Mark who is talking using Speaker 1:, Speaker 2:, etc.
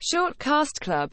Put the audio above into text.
Speaker 1: Short Cast Club